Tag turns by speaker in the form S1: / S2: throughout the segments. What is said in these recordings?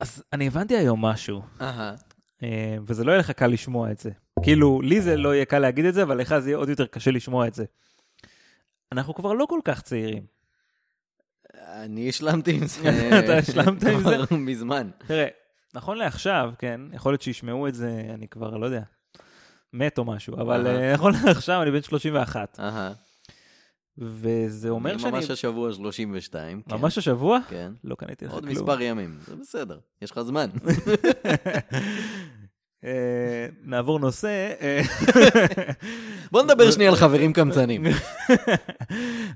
S1: אז אני הבנתי היום משהו,
S2: אהה.
S1: אה, וזה לא יהיה לך קל לשמוע את זה. כאילו, לי זה לא יהיה קל להגיד את זה, אבל לך זה יהיה עוד יותר קשה לשמוע את זה. אנחנו כבר לא כל כך צעירים.
S2: אני השלמתי עם זה.
S1: אה, אתה השלמת עם זה?
S2: כבר מזמן.
S1: תראה, נכון לעכשיו, כן, יכול להיות שישמעו את זה, אני כבר לא יודע, מת או משהו, אבל
S2: אהה.
S1: אה, נכון לעכשיו אני בן 31,
S2: אהה.
S1: וזה אומר
S2: אני
S1: שאני...
S2: ממש השבוע 32. כן,
S1: ממש השבוע?
S2: כן.
S1: לא קניתי לך
S2: עוד
S1: כלום.
S2: מספר ימים, זה בסדר, יש לך זמן.
S1: אה, נעבור נושא. אה,
S2: בוא נדבר שנייה על חברים קמצנים.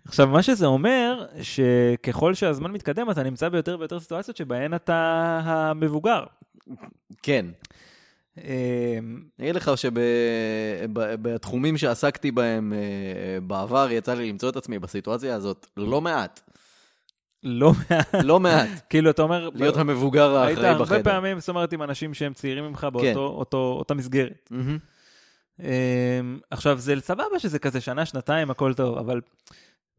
S1: עכשיו, מה שזה אומר, שככל שהזמן מתקדם, אתה נמצא ביותר ויותר סיטואציות שבהן אתה המבוגר.
S2: כן,
S1: אה,
S2: אני אגיד לך שבתחומים שעסקתי בהם אה, אה, בעבר, יצא לי למצוא את עצמי בסיטואציה הזאת לא מעט,
S1: לא,
S2: לא מעט,
S1: כאילו, אתה אומר...
S2: להיות המבוגר
S1: היית
S2: האחראי
S1: הרבה
S2: בחדר. כן.
S1: פעמים, זאת אומרת, עם אנשים שהם צעירים ממך באותו- אותו- אותה מסגרת.
S2: מהמם.
S1: אה, עכשיו, זה סבבה שזה כזה שנה, שנתיים, הכל טוב, אבל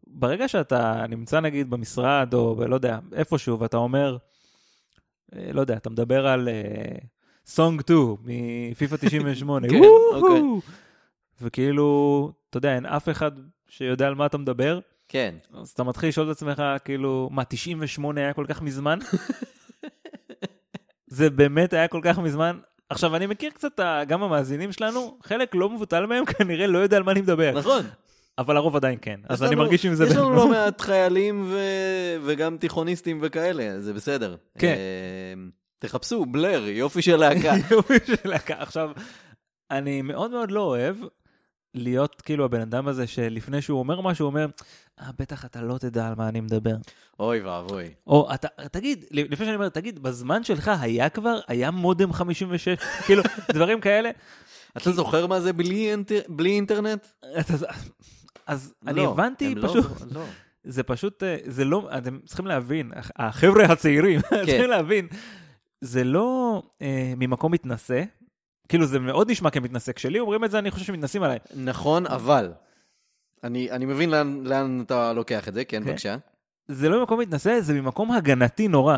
S1: ברגע שאתה נמצא, נגיד, במשרד, או ב- לא יודע, איפשהו, ואתה אומר, אה, לא יודע, אתה מדבר על סונג 2 מפיפ"א 98,
S2: כן,
S1: וואו!
S2: אוקיי.
S1: וכאילו, אתה יודע, אין אף אחד שיודע על מה אתה מדבר,
S2: כן,
S1: אז אתה מתחיל לשאול את עצמך, כאילו, מה, 98 היה כל כך מזמן? זה באמת היה כל כך מזמן? עכשיו, אני מכיר קצת, ה- גם המאזינים שלנו, חלק לא מבוטל מהם כנראה לא יודע על מה אני מדבר,
S2: נכון.
S1: אבל הרוב עדיין כן,
S2: יש
S1: אז אני
S2: לנו-
S1: מרגיש עם זה...
S2: יש לנו
S1: ב-
S2: לא מעט חיילים ו- וגם תיכוניסטים וכאלה, זה בסדר.
S1: כן.
S2: אה, תחפשו, בלר, יופי של להקה.
S1: יופי של להקה. עכשיו, אני מאוד מאוד לא אוהב להיות כאילו הבן אדם הזה שלפני שהוא אומר משהו, הוא אומר, אה, בטח אתה לא תדע על מה אני מדבר.
S2: אוי ואבוי.
S1: או אתה, תגיד, לפני שאני אומר, תגיד, בזמן שלך היה כבר, היה מודם 56, כאילו, דברים כאלה.
S2: אתה זוכר מה זה בלי אינטר- בלי אינטרנט?
S1: אז, אז אני
S2: לא,
S1: הבנתי
S2: הם לא-
S1: פשוט,
S2: לא.
S1: זה פשוט, אה, זה לא, אתם צריכים להבין, הח- החבר'ה הצעירים,
S2: כן.
S1: צריכים להבין, זה לא אה, ממקום מתנשא, כאילו זה מאוד נשמע כמתנשא, כשלי אומרים את זה אני חושב שמתנשאים עליי.
S2: נכון, אבל. אני, אני מבין לאן, לאן אתה לוקח את זה, כן,
S1: כן.
S2: בבקשה.
S1: זה לא ממקום מתנשא, זה ממקום הגנתי נורא.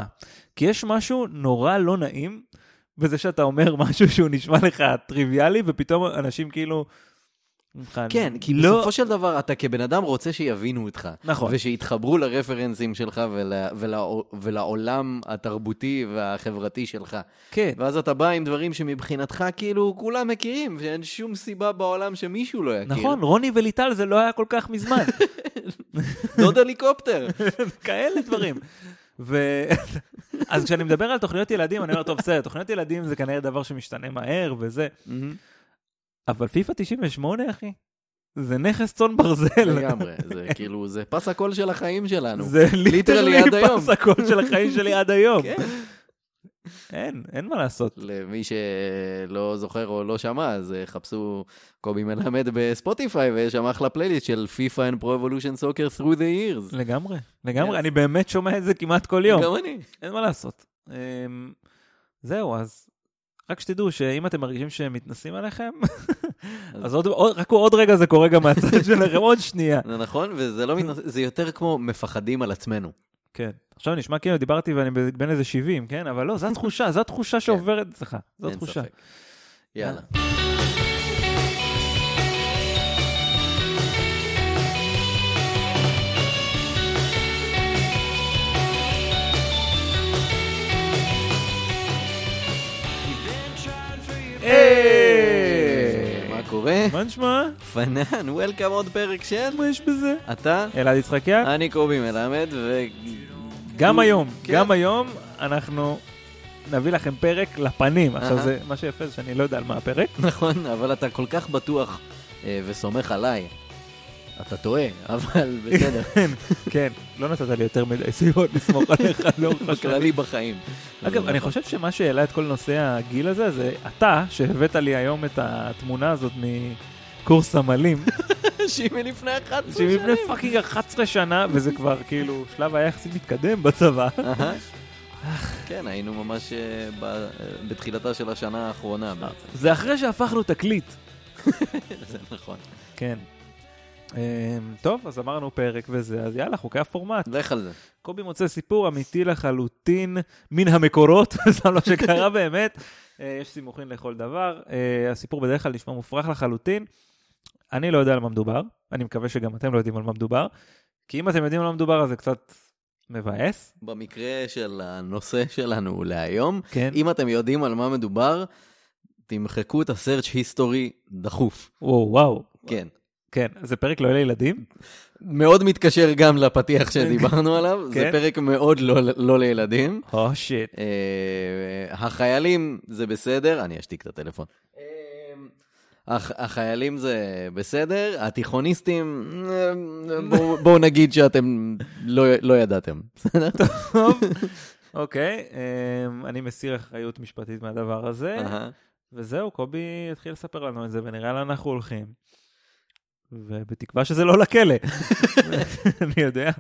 S1: כי יש משהו נורא לא נעים בזה שאתה אומר משהו שהוא נשמע לך טריוויאלי, ופתאום אנשים כאילו...
S2: כן, כי
S1: לא-
S2: לא... בסופו של דבר אתה כבן אדם רוצה שיבינו אותך.
S1: נכון.
S2: ושיתחברו לרפרנסים שלך ול, ול, ולעולם התרבותי והחברתי שלך.
S1: כן,
S2: ואז אתה בא עם דברים שמבחינתך כאילו כולם מכירים, ואין שום סיבה בעולם שמישהו לא יכיר.
S1: נכון, רוני וליטל זה לא היה כל כך מזמן.
S2: דוד הליקופטר.
S1: כאלה דברים. ו... אז כשאני מדבר על תוכניות ילדים, אני אומר, טוב, בסדר, תוכניות ילדים זה כנראה דבר שמשתנה מהר וזה, אבל פיפ"א 98, אחי, זה נכס צאן ברזל.
S2: לגמרי, זה כאילו, זה פס הקול של החיים שלנו.
S1: זה
S2: ליטרלי
S1: ליטרלי
S2: עד היום.
S1: פס הקול של החיים שלי עד היום.
S2: כן.
S1: אין, אין מה לעשות.
S2: למי שלא זוכר או לא שמע, אז אה, חפשו קובי מלמד בספוטיפיי, ויש שם אחלה פלייליסט של FIFA and Pro Evolution Soccer through the years.
S1: לגמרי, לגמרי,
S2: כן.
S1: אני באמת שומע את זה כמעט כל יום,
S2: גם אני.
S1: אין מה לעשות. אמ, זהו, אז רק שתדעו שאם אתם מרגישים שהם מתנסים עליכם, אז עוד- עוד- רק עוד רגע זה קורה גם מהצד שלכם, עוד שנייה.
S2: זה נכון, וזה לא מתנס... זה יותר כמו מפחדים על עצמנו.
S1: כן. עכשיו נשמע כאילו דיברתי ואני ב- בן איזה 70, כן? אבל לא, זו התחושה, זו התחושה שעוברת אצלך, זו
S2: כן. אין
S1: התחושה.
S2: ספק. יאללה.
S1: היי!
S2: מה קורה?
S1: מה נשמע?
S2: פנן, וולקאם עוד פרק של...
S1: מה יש בזה?
S2: אתה,
S1: אלעד יצחקיה,
S2: אני קובי מלמד, ו...
S1: גם היום,
S2: כן.
S1: גם היום אנחנו נביא לכם פרק לפנים. עכשיו
S2: אהה.
S1: זה, מה שיפה זה שאני לא יודע על מה הפרק.
S2: נכון, אבל אתה כל כך בטוח אה, וסומך עליי. אתה טועה, אבל בסדר,
S1: כן, לא נתת לי יותר מדי סיבות לסמוך עליך לאורך השנים.
S2: בכללי בחיים.
S1: אגב, אני חושב שמה שהעלה את כל נושא הגיל הזה, זה אתה, שהבאת לי היום את התמונה הזאת מקורס סמלים,
S2: שהיא מלפני 11
S1: שהיא
S2: שנים.
S1: מלפני פאקינג 11 שנה, וזה כבר כאילו שלב היה יחסית מתקדם בצבא.
S2: אהה. כן, היינו ממש אה, ב- אה, בתחילתה של השנה
S1: אה.
S2: האחרונה בעצם,
S1: זה אחרי שהפכנו תקליט.
S2: זה נכון.
S1: כן. אה, טוב, אז אמרנו פרק וזה, אז יאללה, חוקי הפורמט.
S2: לך על זה.
S1: קובי מוצא סיפור אמיתי לחלוטין מן המקורות, זה לא שקרה באמת. אה, יש סימוכין לכל דבר. אה, הסיפור בדרך כלל נשמע מופרך לחלוטין. אני לא יודע על מה מדובר, אני מקווה שגם אתם לא יודעים על מה מדובר, כי אם אתם יודעים על מה מדובר אז זה קצת מבאס.
S2: במקרה של הנושא שלנו להיום,
S1: כן.
S2: אם אתם יודעים על מה מדובר, תמחקו את ה-search history דחוף.
S1: וואו, וואו.
S2: כן.
S1: כן, אז זה פרק לא לילדים.
S2: מאוד מתקשר גם לפתיח שדיברנו עליו, זה
S1: כן.
S2: פרק מאוד לא, לא לילדים.
S1: או שיט.
S2: אה, החיילים זה בסדר, אני אשתיק את הטלפון. אה, הח- החיילים זה בסדר, התיכוניסטים, אה, בואו- בואו נגיד שאתם לא, לא ידעתם.
S1: טוב. אוקיי, אמ, אני מסיר אחריות משפטית מהדבר הזה,
S2: אהה.
S1: וזהו, קובי יתחיל לספר לנו את זה, ונראה לאן אנחנו הולכים. ובתקווה שזה לא לכלא, אני יודע.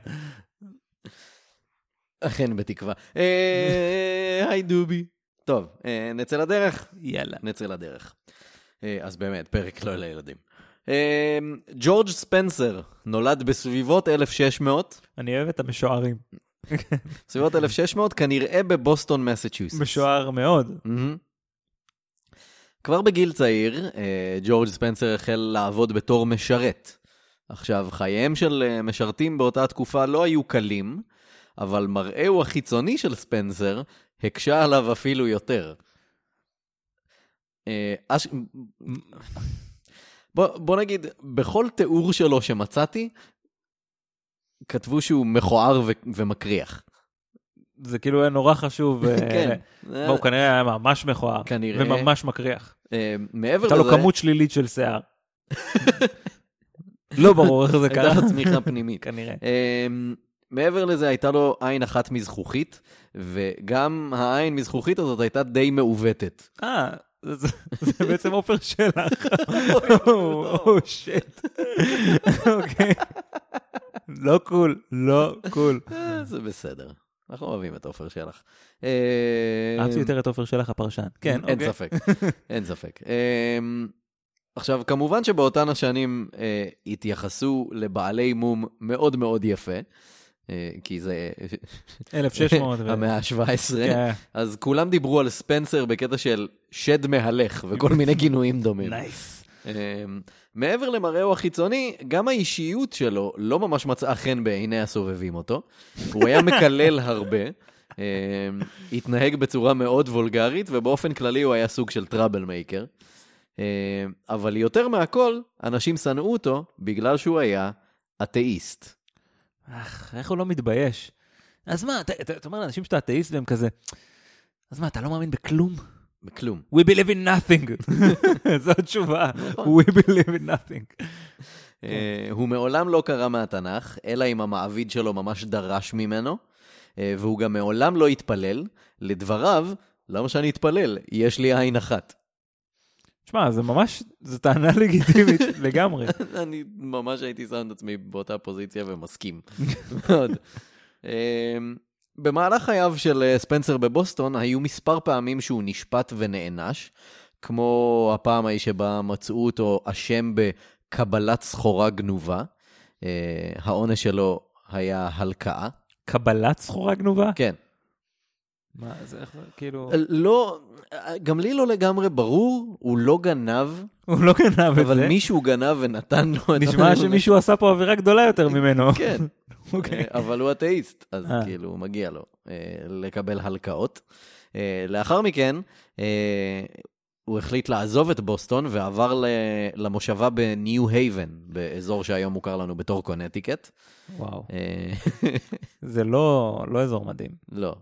S2: אכן בתקווה. אה, היי דובי. טוב, אה, נצא לדרך.
S1: יאללה.
S2: נצא לדרך. אה, אז באמת, פרק לא לילדים. אה, ג'ורג' ספנסר נולד בסביבות 1600,
S1: אני אוהב את המשוערים.
S2: בסביבות 1600 כנראה בבוסטון מסצ'וסטס.
S1: משוער מאוד.
S2: מהמם. כבר בגיל צעיר, אה, ג'ורג' ספנסר החל לעבוד בתור משרת. עכשיו, חייהם של אה, משרתים באותה תקופה לא היו קלים, אבל מראהו החיצוני של ספנסר הקשה עליו אפילו יותר. אה, אש... בוא, בוא נגיד, בכל תיאור שלו שמצאתי, כתבו שהוא מכוער ו- ומקריח.
S1: זה כאילו היה נורא חשוב. אה,
S2: כן.
S1: מה, הוא כנראה היה ממש מכוער.
S2: כנראה.
S1: וממש מקריח.
S2: אה, מעבר לזה...
S1: הייתה לו כמות שלילית של שיער. לא ברור איך זה
S2: הייתה לו
S1: קרה.
S2: צמיחה פנימית.
S1: כנראה.
S2: אמ, מעבר לזה, הייתה לו עין אחת מזכוכית, וגם העין מזכוכית הזאת הייתה די מעוותת.
S1: אה, זה- זה זה בעצם עופר שלח.
S2: לא.
S1: או שיט. אוקיי. לא קול, לא קול.
S2: אה, זה בסדר, אנחנו אוהבים את עופר שלח. אה,
S1: אהבתי יותר את עופר שלח הפרשן. כן,
S2: אין
S1: אוקיי.
S2: ספק, אין ספק. אמ, עכשיו, כמובן שבאותן השנים אה, התייחסו לבעלי מום מאוד מאוד יפה, אה, כי זה
S1: 1600. ו-
S2: המאה ה-17.
S1: כן.
S2: אז כולם דיברו על ספנסר בקטע של שד מהלך וכל מיני גינויים דומים.
S1: נייס.
S2: אמ, מעבר למראהו החיצוני, גם האישיות שלו לא ממש מצאה חן בעיני הסובבים אותו. הוא היה מקלל הרבה, אמ, התנהג בצורה מאוד וולגרית, ובאופן כללי הוא היה סוג של טראבל מייקר. אמ, אבל יותר מהכל, אנשים שנאו אותו בגלל שהוא היה אתאיסט.
S1: אך, איך הוא לא מתבייש? אז מה, אתה- אתה אתה אומר לאנשים שאתה אתאיסט והם כזה, אז מה, אתה לא מאמין בכלום?
S2: כלום.
S1: We believe in nothing. זו התשובה.
S2: נכון.
S1: We believe in nothing.
S2: אה, הוא מעולם לא קרא מהתנ"ך, אלא אם המעביד שלו ממש דרש ממנו, אה, והוא גם מעולם לא התפלל. לדבריו, למה שאני אתפלל? יש לי עין אחת.
S1: שמע, זה ממש, זו טענה לגיטימית לגמרי.
S2: אני ממש הייתי שם את עצמי באותה פוזיציה ומסכים. מאוד. אה, במהלך חייו של אה, ספנסר בבוסטון היו מספר פעמים שהוא נשפט ונענש, כמו הפעם ההיא שבה מצאו אותו אשם בקבלת סחורה גנובה. אה, העונש שלו היה הלקאה.
S1: קבלת סחורה גנובה?
S2: כן.
S1: מה, זה איך זה, כאילו...
S2: לא, גם לי לא לגמרי ברור, הוא לא גנב,
S1: הוא לא גנב את
S2: אבל
S1: זה.
S2: מישהו גנב ונתן לו את
S1: נשמע שמישהו עשה פה עבירה גדולה יותר ממנו.
S2: כן.
S1: אוקיי.
S2: אה, אבל הוא אתאיסט, אז
S1: אה.
S2: כאילו מגיע לו אה, לקבל הלקאות. אה, לאחר מכן, אה, הוא החליט לעזוב את בוסטון ועבר ל- למושבה בניו הייבן, באזור שהיום מוכר לנו בתור קונטיקט.
S1: וואו.
S2: אה,
S1: זה לא לא אזור מדהים.
S2: לא,
S1: לא.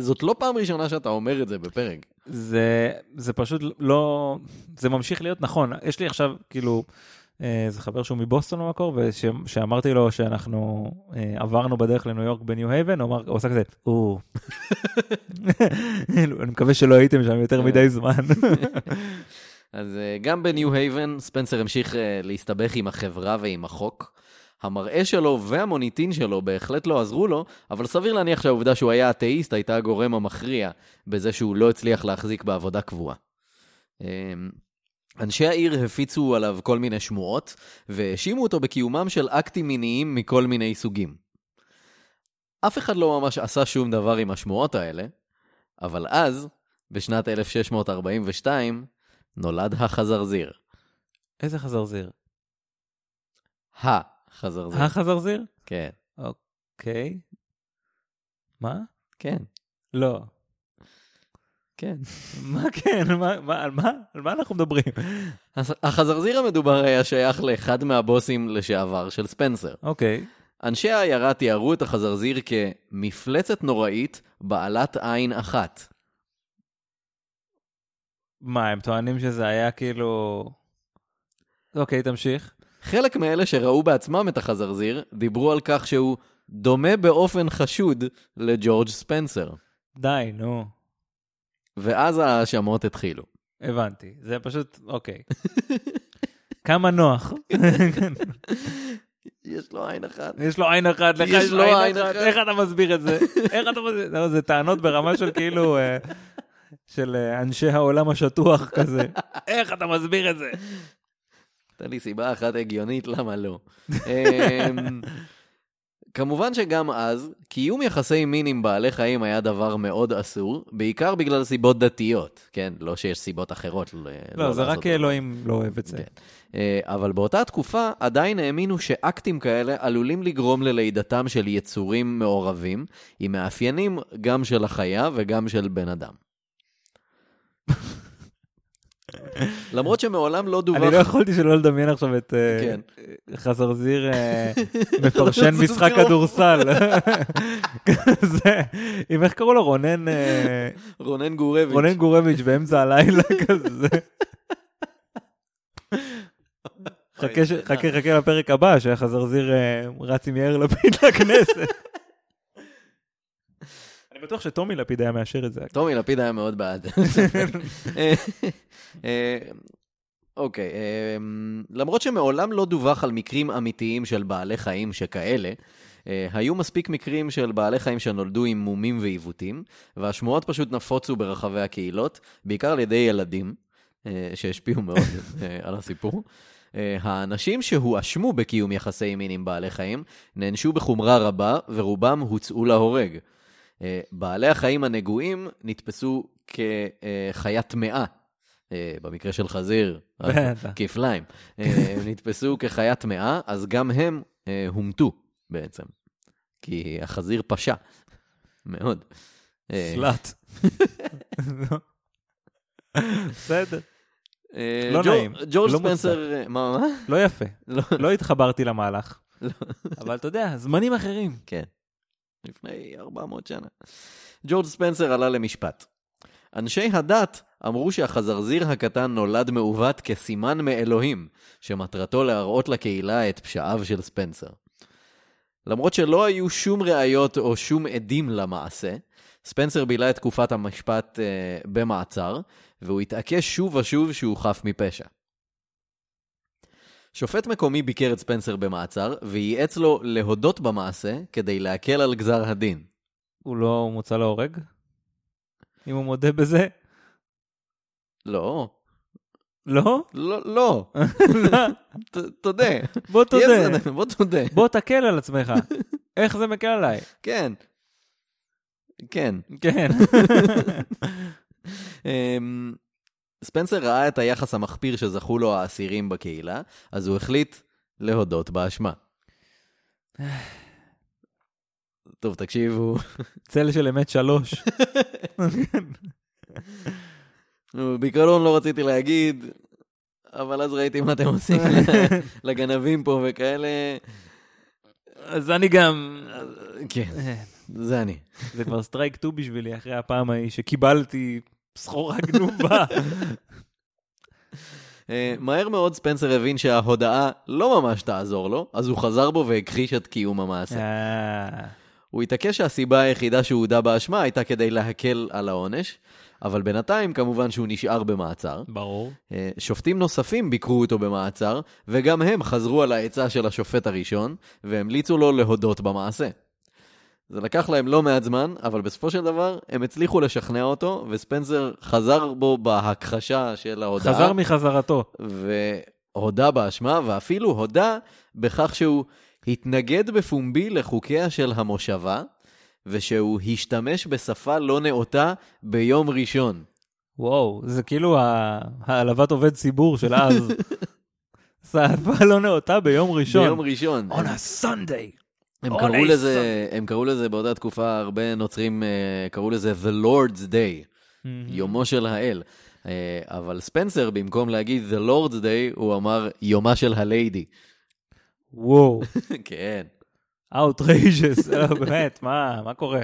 S2: זאת לא פעם ראשונה שאתה אומר את זה בפרק.
S1: זה זה פשוט לא... זה ממשיך להיות נכון. יש לי עכשיו, כאילו, אה, זה חבר שהוא מבוסטון במקור, וכשאמרתי לו שאנחנו אה, עברנו בדרך לניו יורק בניו הייבן, הוא אמר- הוא עשה כזה, או. אני מקווה שלא הייתם שם יותר מדי זמן.
S2: אז אה, גם בניו הייבן, ספנסר המשיך אה, להסתבך עם החברה ועם החוק. המראה שלו והמוניטין שלו בהחלט לא עזרו לו, אבל סביר להניח שהעובדה שהוא היה אתאיסט הייתה הגורם המכריע בזה שהוא לא הצליח להחזיק בעבודה קבועה. אה, אנשי העיר הפיצו עליו כל מיני שמועות, והאשימו אותו בקיומם של אקטים מיניים מכל מיני סוגים. אף אחד לא ממש עשה שום דבר עם השמועות האלה, אבל אז, בשנת 1642, נולד החזרזיר.
S1: איזה חזרזיר?
S2: החזרזיר.
S1: החזרזיר?
S2: כן,
S1: אוקיי. מה?
S2: כן,
S1: לא.
S2: כן.
S1: מה כן? מה- מה- על מה? על מה אנחנו מדברים?
S2: הס- החזרזיר המדובר היה שייך לאחד מהבוסים לשעבר של ספנסר.
S1: אוקיי.
S2: אנשי העיירה תיארו את החזרזיר כמפלצת נוראית בעלת עין אחת.
S1: מה, הם טוענים שזה היה כאילו... אוקיי, תמשיך.
S2: חלק מאלה שראו בעצמם את החזרזיר דיברו על כך שהוא דומה באופן חשוד לג'ורג' ספנסר.
S1: די, נו.
S2: ואז ההאשמות התחילו.
S1: הבנתי. זה פשוט, אוקיי. כמה נוח.
S2: יש לו עין אחת.
S1: יש לו עין אחת, לך
S2: יש
S1: יש
S2: לו
S1: לו עין
S2: עין
S1: אחת.
S2: אחת.
S1: איך אתה מסביר את זה? איך אתה מסביר? לא, זה טענות ברמה של כאילו... אה, של אה, אנשי העולם השטוח כזה. איך אתה מסביר את זה?
S2: הייתה לי סיבה אחת הגיונית למה לא. אמ, כמובן שגם אז, קיום יחסי מין עם בעלי חיים היה דבר מאוד אסור, בעיקר בגלל סיבות דתיות. כן, לא שיש סיבות אחרות. ל-
S1: לא, זה
S2: לעשות
S1: רק אלוהים לא אוהב את זה.
S2: כן. אה, אבל באותה תקופה עדיין האמינו שאקטים כאלה עלולים לגרום ללידתם של יצורים מעורבים, עם מאפיינים גם של החיה וגם של בן אדם. למרות שמעולם לא דווח...
S1: אני לא יכולתי שלא לדמיין עכשיו את אה,
S2: כן.
S1: חזרזיר אה, מפרשן
S2: זה
S1: משחק
S2: גרוע.
S1: כדורסל. כזה, עם איך קראו לו? רונן אה,
S2: רונן גורביץ'.
S1: רונן גורביץ' באמצע הלילה כזה. חכה ש-
S2: אה. לא,
S1: חכה חכה לפרק הבא שהחזרזיר אה, רץ עם יאיר לפיד לכנסת. אני בטוח שטומי לפיד היה מאשר את זה.
S2: טומי לפיד היה מאוד בעד. אה, אוקיי, אה, למרות שמעולם לא דווח על מקרים אמיתיים של בעלי חיים שכאלה, אה, היו מספיק מקרים של בעלי חיים שנולדו עם מומים ועיוותים, והשמועות פשוט נפוצו ברחבי הקהילות, בעיקר על ידי ילדים, אה, שהשפיעו מאוד אה, על הסיפור. אה, האנשים שהואשמו בקיום יחסי מין עם בעלי חיים נענשו בחומרה רבה, ורובם הוצאו להורג. אה, בעלי החיים הנגועים נתפסו כחיה טמאה, אה, במקרה של חזיר, אז
S1: בטח.
S2: כפליים, אה, הם נתפסו כחיה טמאה, אז גם הם אה, הומתו בעצם, כי החזיר פשע, מאוד. אה,
S1: סלאט. לא. בסדר,
S2: אה,
S1: לא
S2: ג'ור-
S1: נעים,
S2: ג'ורג'
S1: לא מוצלח.
S2: ספנסר, אה, מה, מה?
S1: לא יפה.
S2: לא,
S1: לא התחברתי למהלך,
S2: לא.
S1: אבל אתה יודע, זמנים אחרים.
S2: כן. לפני 400 שנה. ג'ורג' ספנסר עלה למשפט. אנשי הדת אמרו שהחזרזיר הקטן נולד מעוות כסימן מאלוהים, שמטרתו להראות לקהילה את פשעיו של ספנסר. למרות שלא היו שום ראיות או שום עדים למעשה, ספנסר בילה את תקופת המשפט אה, במעצר, והוא התעקש שוב ושוב שהוא חף מפשע. שופט מקומי ביקר את ספנסר במעצר, וייעץ לו להודות במעשה כדי להקל על גזר הדין.
S1: הוא לא מוצא להורג? אם הוא מודה בזה?
S2: לא,
S1: לא?
S2: לא, לא,
S1: לא,
S2: ת- תודה.
S1: בוא תודה.
S2: תודה. בוא תודה.
S1: בוא תקל על עצמך. איך זה מקל עליי?
S2: כן. כן.
S1: כן.
S2: אמ, ספנסר ראה את היחס המחפיר שזכו לו האסירים בקהילה, אז הוא החליט להודות באשמה. טוב, תקשיבו,
S1: צל של אמת שלוש.
S2: בעיקרון לא רציתי להגיד, אבל אז ראיתי מה אתם עושים לגנבים פה וכאלה.
S1: אז אני גם...
S2: כן, זה אני.
S1: זה כבר סטרייק 2 בשבילי אחרי הפעם ההיא שקיבלתי סחורה גנובה.
S2: אה, מהר מאוד ספנסר הבין שההודעה לא ממש תעזור לו, אז הוא חזר בו והכחיש את קיום המעשה.
S1: אה,
S2: הוא התעקש שהסיבה היחידה שהוא הודה באשמה הייתה כדי להקל על העונש, אבל בינתיים כמובן שהוא נשאר במעצר.
S1: ברור.
S2: אה, שופטים נוספים ביקרו אותו במעצר, וגם הם חזרו על העצה של השופט הראשון, והמליצו לו להודות במעשה. זה לקח להם לא מעט זמן, אבל בסופו של דבר הם הצליחו לשכנע אותו, וספנסר חזר בו בהכחשה של ההודעה.
S1: חזר מחזרתו.
S2: והודה באשמה, ואפילו הודה בכך שהוא התנגד בפומבי לחוקיה של המושבה, ושהוא השתמש בשפה לא נאותה ביום ראשון.
S1: וואו, זה כאילו ה- העלבת עובד ציבור של אז. שפה לא נאותה ביום ראשון.
S2: ביום ראשון.
S1: On a Sunday.
S2: הם
S1: on
S2: קראו
S1: a
S2: לזה, הם קראו לזה באותה תקופה, הרבה נוצרים אה, קראו לזה The Lord's Day, יומו של האל. אה, אבל ספנסר, במקום להגיד The Lord's Day, הוא אמר יומה של הליידי.
S1: וואו,
S2: כן.
S1: outrageous, לא, באמת, מה, מה קורה?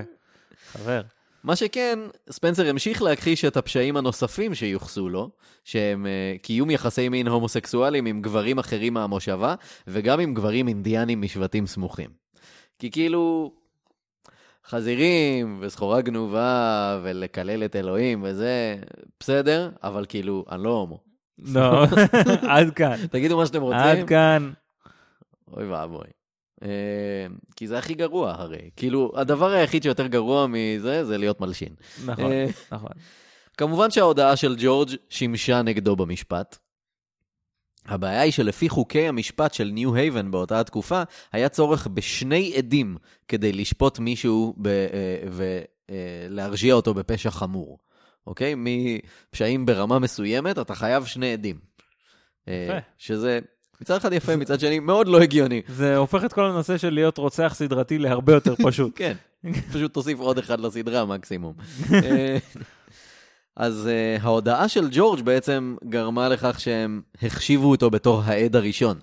S1: חבר.
S2: מה שכן, ספנסר המשיך להכחיש את הפשעים הנוספים שיוחסו לו, שהם אה, קיום יחסי מין הומוסקסואליים עם גברים אחרים מהמושבה, וגם עם גברים אינדיאנים משבטים סמוכים. כי כאילו, חזירים, וסחורה גנובה, ולקלל את אלוהים וזה, בסדר, אבל כאילו, אני לא הומו.
S1: לא, עד כאן.
S2: תגידו מה שאתם רוצים.
S1: עד כאן.
S2: אוי ואבוי. אה, כי זה הכי גרוע הרי. כאילו, הדבר היחיד שיותר גרוע מזה, זה להיות מלשין.
S1: נכון,
S2: אה,
S1: נכון.
S2: כמובן שההודעה של ג'ורג' שימשה נגדו במשפט. הבעיה היא שלפי חוקי המשפט של ניו הייבן באותה התקופה, היה צורך בשני עדים כדי לשפוט מישהו ב- אה, ולהרשיע אותו בפשע חמור. אוקיי? מפשעים ברמה מסוימת, אתה חייב שני עדים. אה,
S1: יפה.
S2: שזה מצד אחד יפה, מצד שני מאוד לא הגיוני.
S1: זה הופך את כל הנושא של להיות רוצח סדרתי להרבה יותר פשוט.
S2: כן, פשוט תוסיף עוד אחד לסדרה מקסימום. אה, אז אה, ההודעה של ג'ורג' בעצם גרמה לכך שהם החשיבו אותו בתור העד הראשון.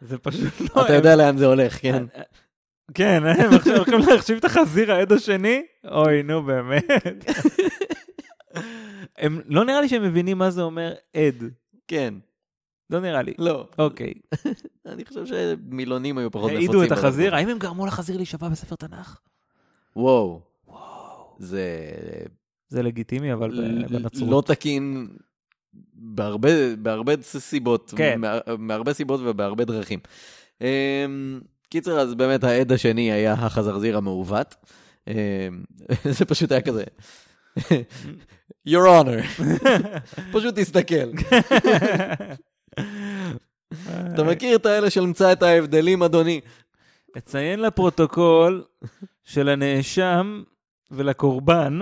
S1: זה פשוט לא...
S2: אתה יודע לאן זה הולך, כן?
S1: אה, כן, הם עכשיו הולכים להחשיב את החזיר העד השני? אוי, נו באמת. הם, לא נראה לי שהם מבינים מה זה אומר עד.
S2: כן,
S1: לא נראה לי.
S2: לא.
S1: אוקיי.
S2: אני חושב שמילונים היו פחות נפוצים.
S1: העידו את
S2: בזה.
S1: החזיר, האם הם גרמו לחזיר להישבע בספר תנ"ך?
S2: וואו. זה
S1: זה לגיטימי, אבל ב-
S2: ל-
S1: בנצרות.
S2: לא תקין בהרבה בהרבה סיבות,
S1: כן.
S2: מה- מהרבה סיבות ובהרבה דרכים. אמ, קיצר, אז באמת העד השני היה החזרזיר המעוות. אמ, זה פשוט היה כזה. Your honor, פשוט תסתכל. לא- אתה מכיר את האלה של מצא את ההבדלים, אדוני?
S1: אציין לפרוטוקול שלנאשם ולקורבן,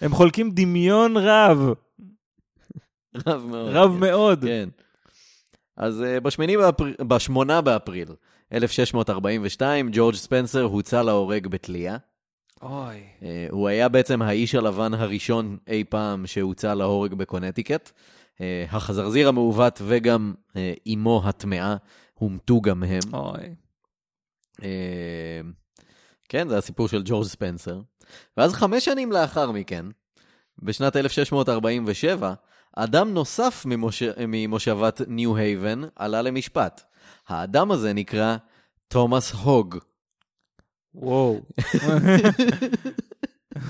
S1: הם חולקים דמיון רב,
S2: רב מאוד.
S1: רב מאוד.
S2: כן. אז uh, בשמיני באפריל, בשמונה באפריל 1642, ג'ורג' ספנסר הוצא להורג בתלייה.
S1: אוי.
S2: Uh, הוא היה בעצם האיש הלבן הראשון אי פעם שהוצא להורג בקונטיקט. Uh, החזרזיר המעוות וגם uh, אמו הטמאה הומתו גם הם.
S1: אוי.
S2: Uh, כן, זה הסיפור של ג'ורג' ספנסר. ואז חמש שנים לאחר מכן, בשנת 1647, אדם נוסף ממוש... ממושבת ניו הייבן עלה למשפט. האדם הזה נקרא תומאס הוג.
S1: וואו.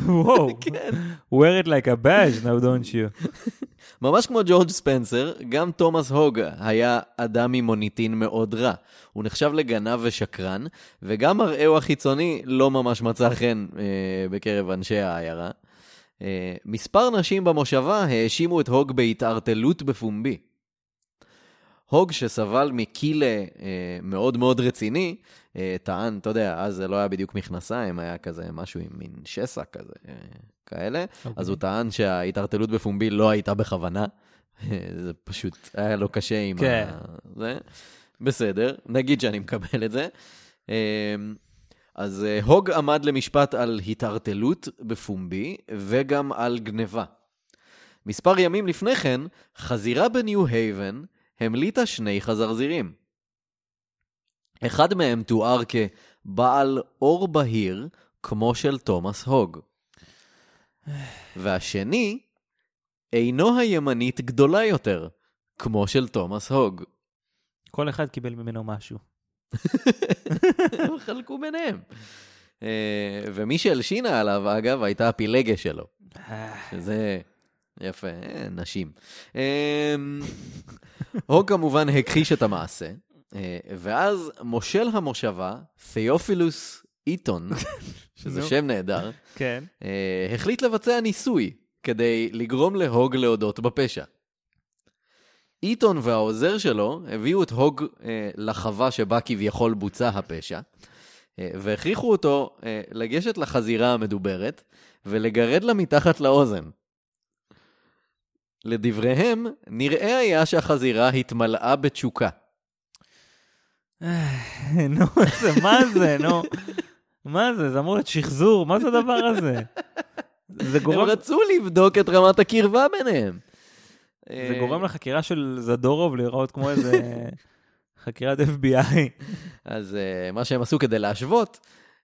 S1: וואו.
S2: כן.
S1: wear it like a badge now don't you.
S2: ממש כמו ג'ורג' ספנסר, גם תומאס הוג היה אדם עם מוניטין מאוד רע. הוא נחשב לגנב ושקרן, וגם מראהו החיצוני לא ממש מצא חן אה, בקרב אנשי העיירה. אה, מספר נשים במושבה האשימו את הוג בהתערטלות בפומבי. הוג, שסבל מקילה אה, מאוד מאוד רציני, אה, טען, אתה יודע, אז זה לא היה בדיוק מכנסיים, היה כזה משהו עם מין שסע כזה, אה, כאלה. אז הוא טען שההתערטלות בפומבי לא הייתה בכוונה. אה, זה פשוט היה לו קשה עם
S1: כן.
S2: ה... זה. בסדר, נגיד שאני מקבל את זה. אמ, אז אה, הוג עמד למשפט על התערטלות בפומבי וגם על גניבה. מספר ימים לפני כן, חזירה בניו הייבן המליטה שני חזרזירים. אחד מהם תואר כבעל אור בהיר, כמו של תומאס הוג. והשני, עינו הימנית גדולה יותר, כמו של תומאס הוג.
S1: כל אחד קיבל ממנו משהו.
S2: הם חלקו ביניהם. אה, ומי שהלשינה עליו, אגב, הייתה הפילגה שלו. שזה יפה, אה, נשים. אמ, הוג כמובן הכחיש את המעשה, אה, ואז מושל המושבה, תיאופילוס איטון, שזה
S1: נו.
S2: שם נהדר,
S1: כן.
S2: אה, החליט לבצע ניסוי כדי לגרום להוג להודות בפשע. איטון והעוזר שלו הביאו את הוג אה, לחווה שבה כביכול בוצע הפשע, אה, והכריחו אותו אה, לגשת לחזירה המדוברת ולגרד לה מתחת לאוזן. לדבריהם, נראה היה שהחזירה התמלאה בתשוקה.
S1: נו, זה, מה זה, נו? מה זה? זה אמור להיות שחזור, מה זה הדבר הזה? זה
S2: הם
S1: גורם,
S2: רצו לבדוק את רמת הקרבה ביניהם.
S1: זה
S2: אה.
S1: גורם לחקירה של זדורוב להיראות כמו איזה חקירת FBI.
S2: אז uh, מה שהם עשו כדי להשוות,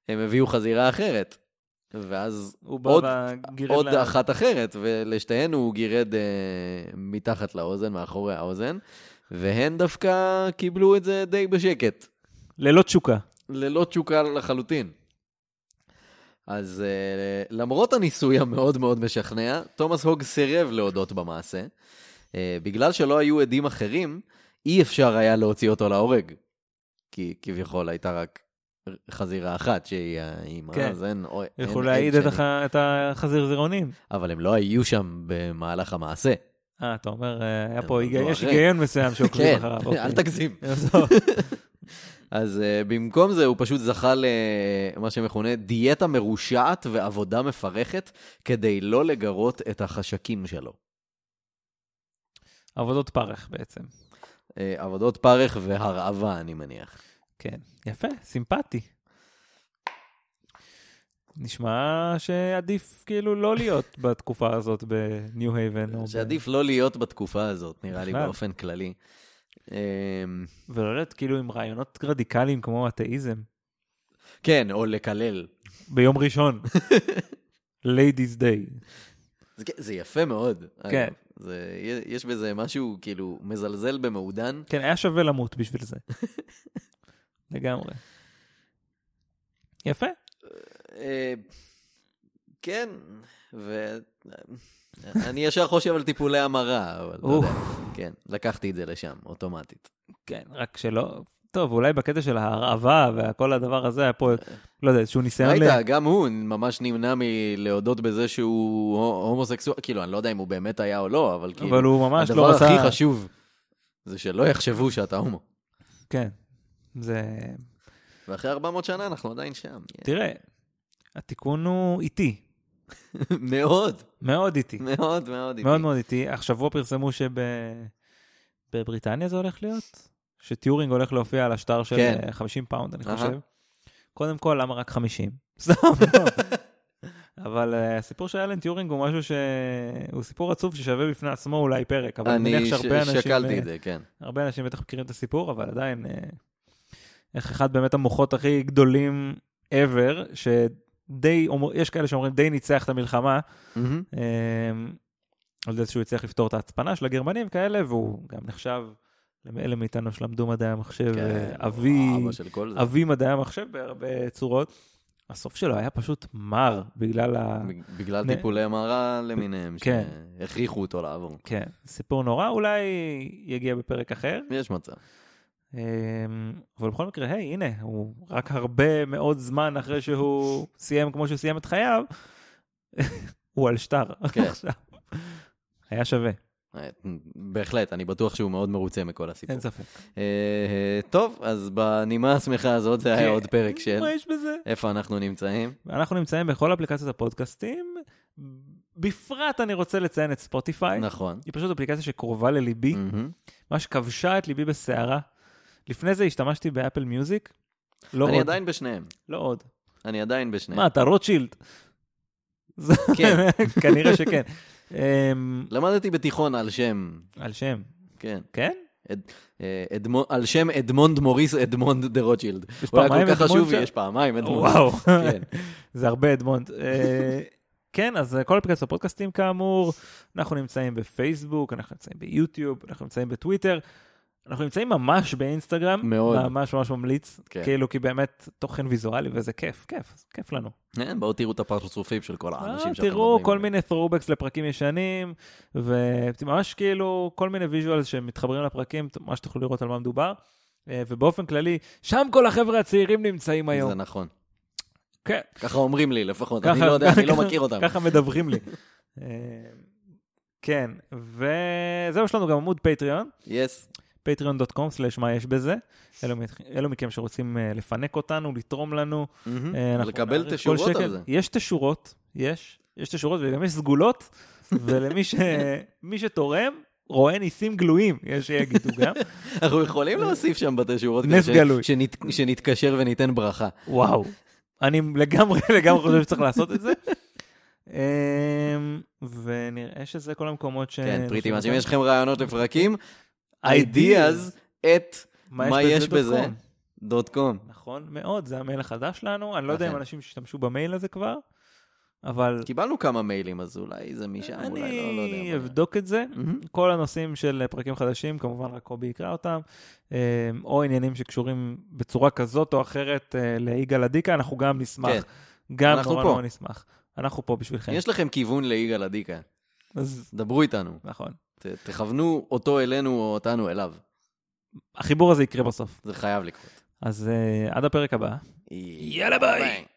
S2: הם הביאו חזירה אחרת. ואז
S1: הוא בא
S2: עוד-
S1: וגירד
S2: עוד
S1: לה-
S2: אחת אחרת, ולשתיהן הוא גירד uh, מתחת לאוזן, מאחורי האוזן, והן דווקא קיבלו את זה די בשקט,
S1: ללא תשוקה.
S2: ללא תשוקה לחלוטין. אז uh, למרות הניסוי המאוד מאוד משכנע, תומאס הוג סירב להודות במעשה. Uh, בגלל שלא היו עדים אחרים, אי אפשר היה להוציא אותו להורג. כי כביכול הייתה רק חזירה אחת שהיא האימא,
S1: כן.
S2: אז אין... או- אין-
S1: יכול
S2: אין
S1: להעיד את
S2: שני.
S1: הח- את החזיר זירעונים.
S2: אבל הם לא היו שם במהלך המעשה.
S1: אה, אתה אומר, אה, היה
S2: הם
S1: פה, היגי-
S2: נולדו
S1: יש
S2: אחרי.
S1: היגיון מסוים שעוקבים
S2: לא, כן,
S1: אחריו.
S2: אל
S1: אוקיי.
S2: תגזים.
S1: עזוב.
S2: אז uh, במקום זה הוא פשוט זכה למה שמכונה דיאטה מרושעת ועבודה מפרכת כדי לא לגרות את החשקים שלו.
S1: עבודות פרך בעצם.
S2: Uh, עבודות פרך והרעבה, אני מניח.
S1: כן. יפה, סימפטי. נשמע שעדיף כאילו לא להיות בתקופה הזאת בניו הייבן. או ב-
S2: שעדיף לא להיות בתקופה הזאת, נראה לי,
S1: בכלל.
S2: באופן כללי. אה,
S1: ולא להיות כאילו עם רעיונות רדיקליים כמו אתאיזם.
S2: כן, או לקלל.
S1: ביום ראשון. Ladies Day.
S2: זה, כן, זה יפה מאוד. אגב.
S1: כן.
S2: זה, יש בזה משהו כאילו מזלזל במעודן.
S1: כן, היה שווה למות בשביל זה. לגמרי. יפה.
S2: אה, כן, ואני ישר חושב על טיפולי המרה, אבל אתה
S1: אוף.
S2: יודע, כן, לקחתי את זה לשם, אוטומטית.
S1: כן, רק שלא... טוב, אולי בקטע של ההרעבה והכל הדבר הזה היה פה, לא יודע, איזשהו ניסיון... ל-
S2: אה, ראית, גם הוא ממש נמנע מלהודות בזה שהוא הו- הומוסקסואל, כאילו, אני לא יודע אם הוא באמת היה או לא, אבל כאילו,
S1: אבל הוא ממש
S2: הדבר
S1: לא רצה...
S2: הכי חשוב זה שלא יחשבו שאתה הומו.
S1: כן. זה...
S2: ואחרי 400 שנה אנחנו עדיין שם.
S1: תראה, התיקון הוא איטי.
S2: מאוד,
S1: מאוד איטי.
S2: מאוד, מאוד.
S1: מאוד מאוד איטי. השבוע פרסמו שבבריטניה זה הולך להיות? שטיורינג הולך להופיע על השטר של
S2: כן.
S1: אה, 50 פאונד, אני
S2: אהה.
S1: חושב. קודם כל, למה רק 50? סתם, לא. אבל אה, הסיפור של אלן טיורינג הוא משהו ש... הוא סיפור עצוב ששווה בפני עצמו אולי פרק, אבל אני מניח
S2: אני
S1: שהרבה
S2: ש-
S1: אנשים...
S2: שקלתי
S1: אה,
S2: את זה, כן.
S1: הרבה אנשים בטח מכירים את הסיפור, אבל עדיין, אה, איך אחד באמת המוחות הכי גדולים ever, שדי, אומר- יש כאלה שאומרים די ניצח את המלחמה,
S2: מהמם.
S1: אה, על זה שהוא הצליח לפתור את ההצפנה של הגרמנים כאלה, והוא גם נחשב לאלה מאיתנו שלמדו מדעי המחשב,
S2: כן,
S1: אה, אבי,
S2: אבא של כל זה.
S1: אבי מדעי המחשב בהרבה צורות. הסוף שלו היה פשוט מר בגלל ה...
S2: בגלל
S1: נ-
S2: טיפולי המרה למיניהם,
S1: כן.
S2: שהכריחו אותו לעבור.
S1: כן, סיפור נורא, אולי יגיע בפרק אחר.
S2: יש מצב.
S1: אמ, אבל בכל מקרה, היי, הנה, הוא רק הרבה מאוד זמן אחרי שהוא סיים כמו שהוא סיים את חייו, הוא על שטר.
S2: כן.
S1: עכשיו. היה שווה,
S2: אה, בהחלט, אני בטוח שהוא מאוד מרוצה מכל הסיפור.
S1: אין ספק.
S2: אה, אה, טוב, אז בנימה השמחה הזאת זה היה
S1: כן.
S2: עוד פרק של
S1: מה יש בזה?
S2: איפה אנחנו נמצאים.
S1: אנחנו נמצאים בכל אפליקציות הפודקאסטים, בפרט אני רוצה לציין את ספוטיפיי.
S2: נכון. Mm.
S1: היא פשוט אפליקציה שקרובה לליבי,
S2: מהמם.
S1: ממש כבשה את ליבי בסערה. לפני זה השתמשתי באפל מיוזיק, לא
S2: אני
S1: עוד.
S2: עדיין בשניהם.
S1: לא עוד.
S2: אני עדיין בשניהם.
S1: מה, אתה רוטשילד? זה-
S2: כן.
S1: כנראה שכן. אמ,
S2: למדתי בתיכון על שם,
S1: על שם,
S2: כן.
S1: כן?
S2: אה, אדמו- על שם אדמונד מוריס אדמונד דה רוטשילד.
S1: יש
S2: הוא היה
S1: פעמיים
S2: כל כך
S1: אדמונד
S2: חשוב לי,
S1: שם?
S2: יש פעמיים אדמונד.
S1: וואו,
S2: כן.
S1: זה הרבה אדמונד. אה, כן, אז כל אפליקציות הפודקאסטים כאמור, אנחנו נמצאים בפייסבוק, אנחנו נמצאים ביוטיוב, אנחנו נמצאים בטוויטר, אנחנו נמצאים ממש באינסטגרם,
S2: מאוד.
S1: ממש ממש ממליץ,
S2: כן.
S1: כאילו כי באמת תוכן ויזואלי וזה כיף, כיף, כיף לנו.
S2: כן, בואו תראו את הפרצופים של כל האנשים שאנחנו
S1: אה,
S2: מדברים.
S1: תראו כל
S2: עליהם.
S1: מיני throwbacks לפרקים ישנים, וממש כאילו כל מיני ויז'ואלס שמתחברים לפרקים, מה שתוכלו לראות על מה מדובר. אה, ובאופן כללי, שם כל החבר'ה הצעירים נמצאים היום.
S2: זה נכון.
S1: כן,
S2: ככה אומרים לי לפחות,
S1: ככה-
S2: אני לא יודע, אני לא
S1: ככה-
S2: מכיר אותם.
S1: ככה מדווחים לי. אה, כן, וזהו, יש לנו גם עמוד פטריון,
S2: יס.
S1: patreon.com/מה יש בזה. אלו מכ- אלו מכם שרוצים אה, לפנק אותנו, לתרום לנו.
S2: מהמם.
S1: אה, אנחנו
S2: לקבל
S1: נעריך
S2: את
S1: כל
S2: השורות
S1: שקל.
S2: על זה.
S1: יש את השורות, יש, יש את השורות וגם יש סגולות, ולמי ש... מי שתורם רואה ניסים גלויים, יש שיגידו גם.
S2: אנחנו יכולים להוסיף שם בתי שורות.
S1: נס
S2: כדי ש-
S1: גלוי.
S2: שנית- שנתקשר וניתן ברכה.
S1: וואו, אני לגמרי לגמרי חושב שצריך לעשות את זה. אמ, ונראה שזה כל המקומות ש...
S2: כן, פריטי מאס. אם יש לכם רעיונות לפרקים,
S1: Ideas,
S2: ideas at
S1: מה יש בזה?
S2: בזה? dot com.
S1: נכון מאוד, זה המייל החדש שלנו, אני לא יודע אם
S2: אכן.
S1: אנשים שהשתמשו במייל הזה כבר, אבל
S2: קיבלנו כמה מיילים, אז אולי זה משם, אולי לא, לא יודע.
S1: אני
S2: מה.
S1: אבדוק את זה.
S2: מהמם.
S1: כל הנושאים של פרקים חדשים, כמובן רק קובי יקרא אותם, אמ, או עניינים שקשורים בצורה כזאת או אחרת אה, ליגאל עדיקה, אנחנו גם נשמח.
S2: כן.
S1: גם
S2: אנחנו
S1: נורא
S2: פה.
S1: נורא נשמח. אנחנו פה בשבילכם.
S2: יש לכם כיוון ליגאל עדיקה,
S1: אז
S2: דברו איתנו,
S1: נכון.
S2: ת- תכוונו אותו אלינו או אותנו אליו,
S1: החיבור הזה יקרה בסוף.
S2: זה חייב לקרות.
S1: אז אה, עד הפרק הבא. יאללה, ביי.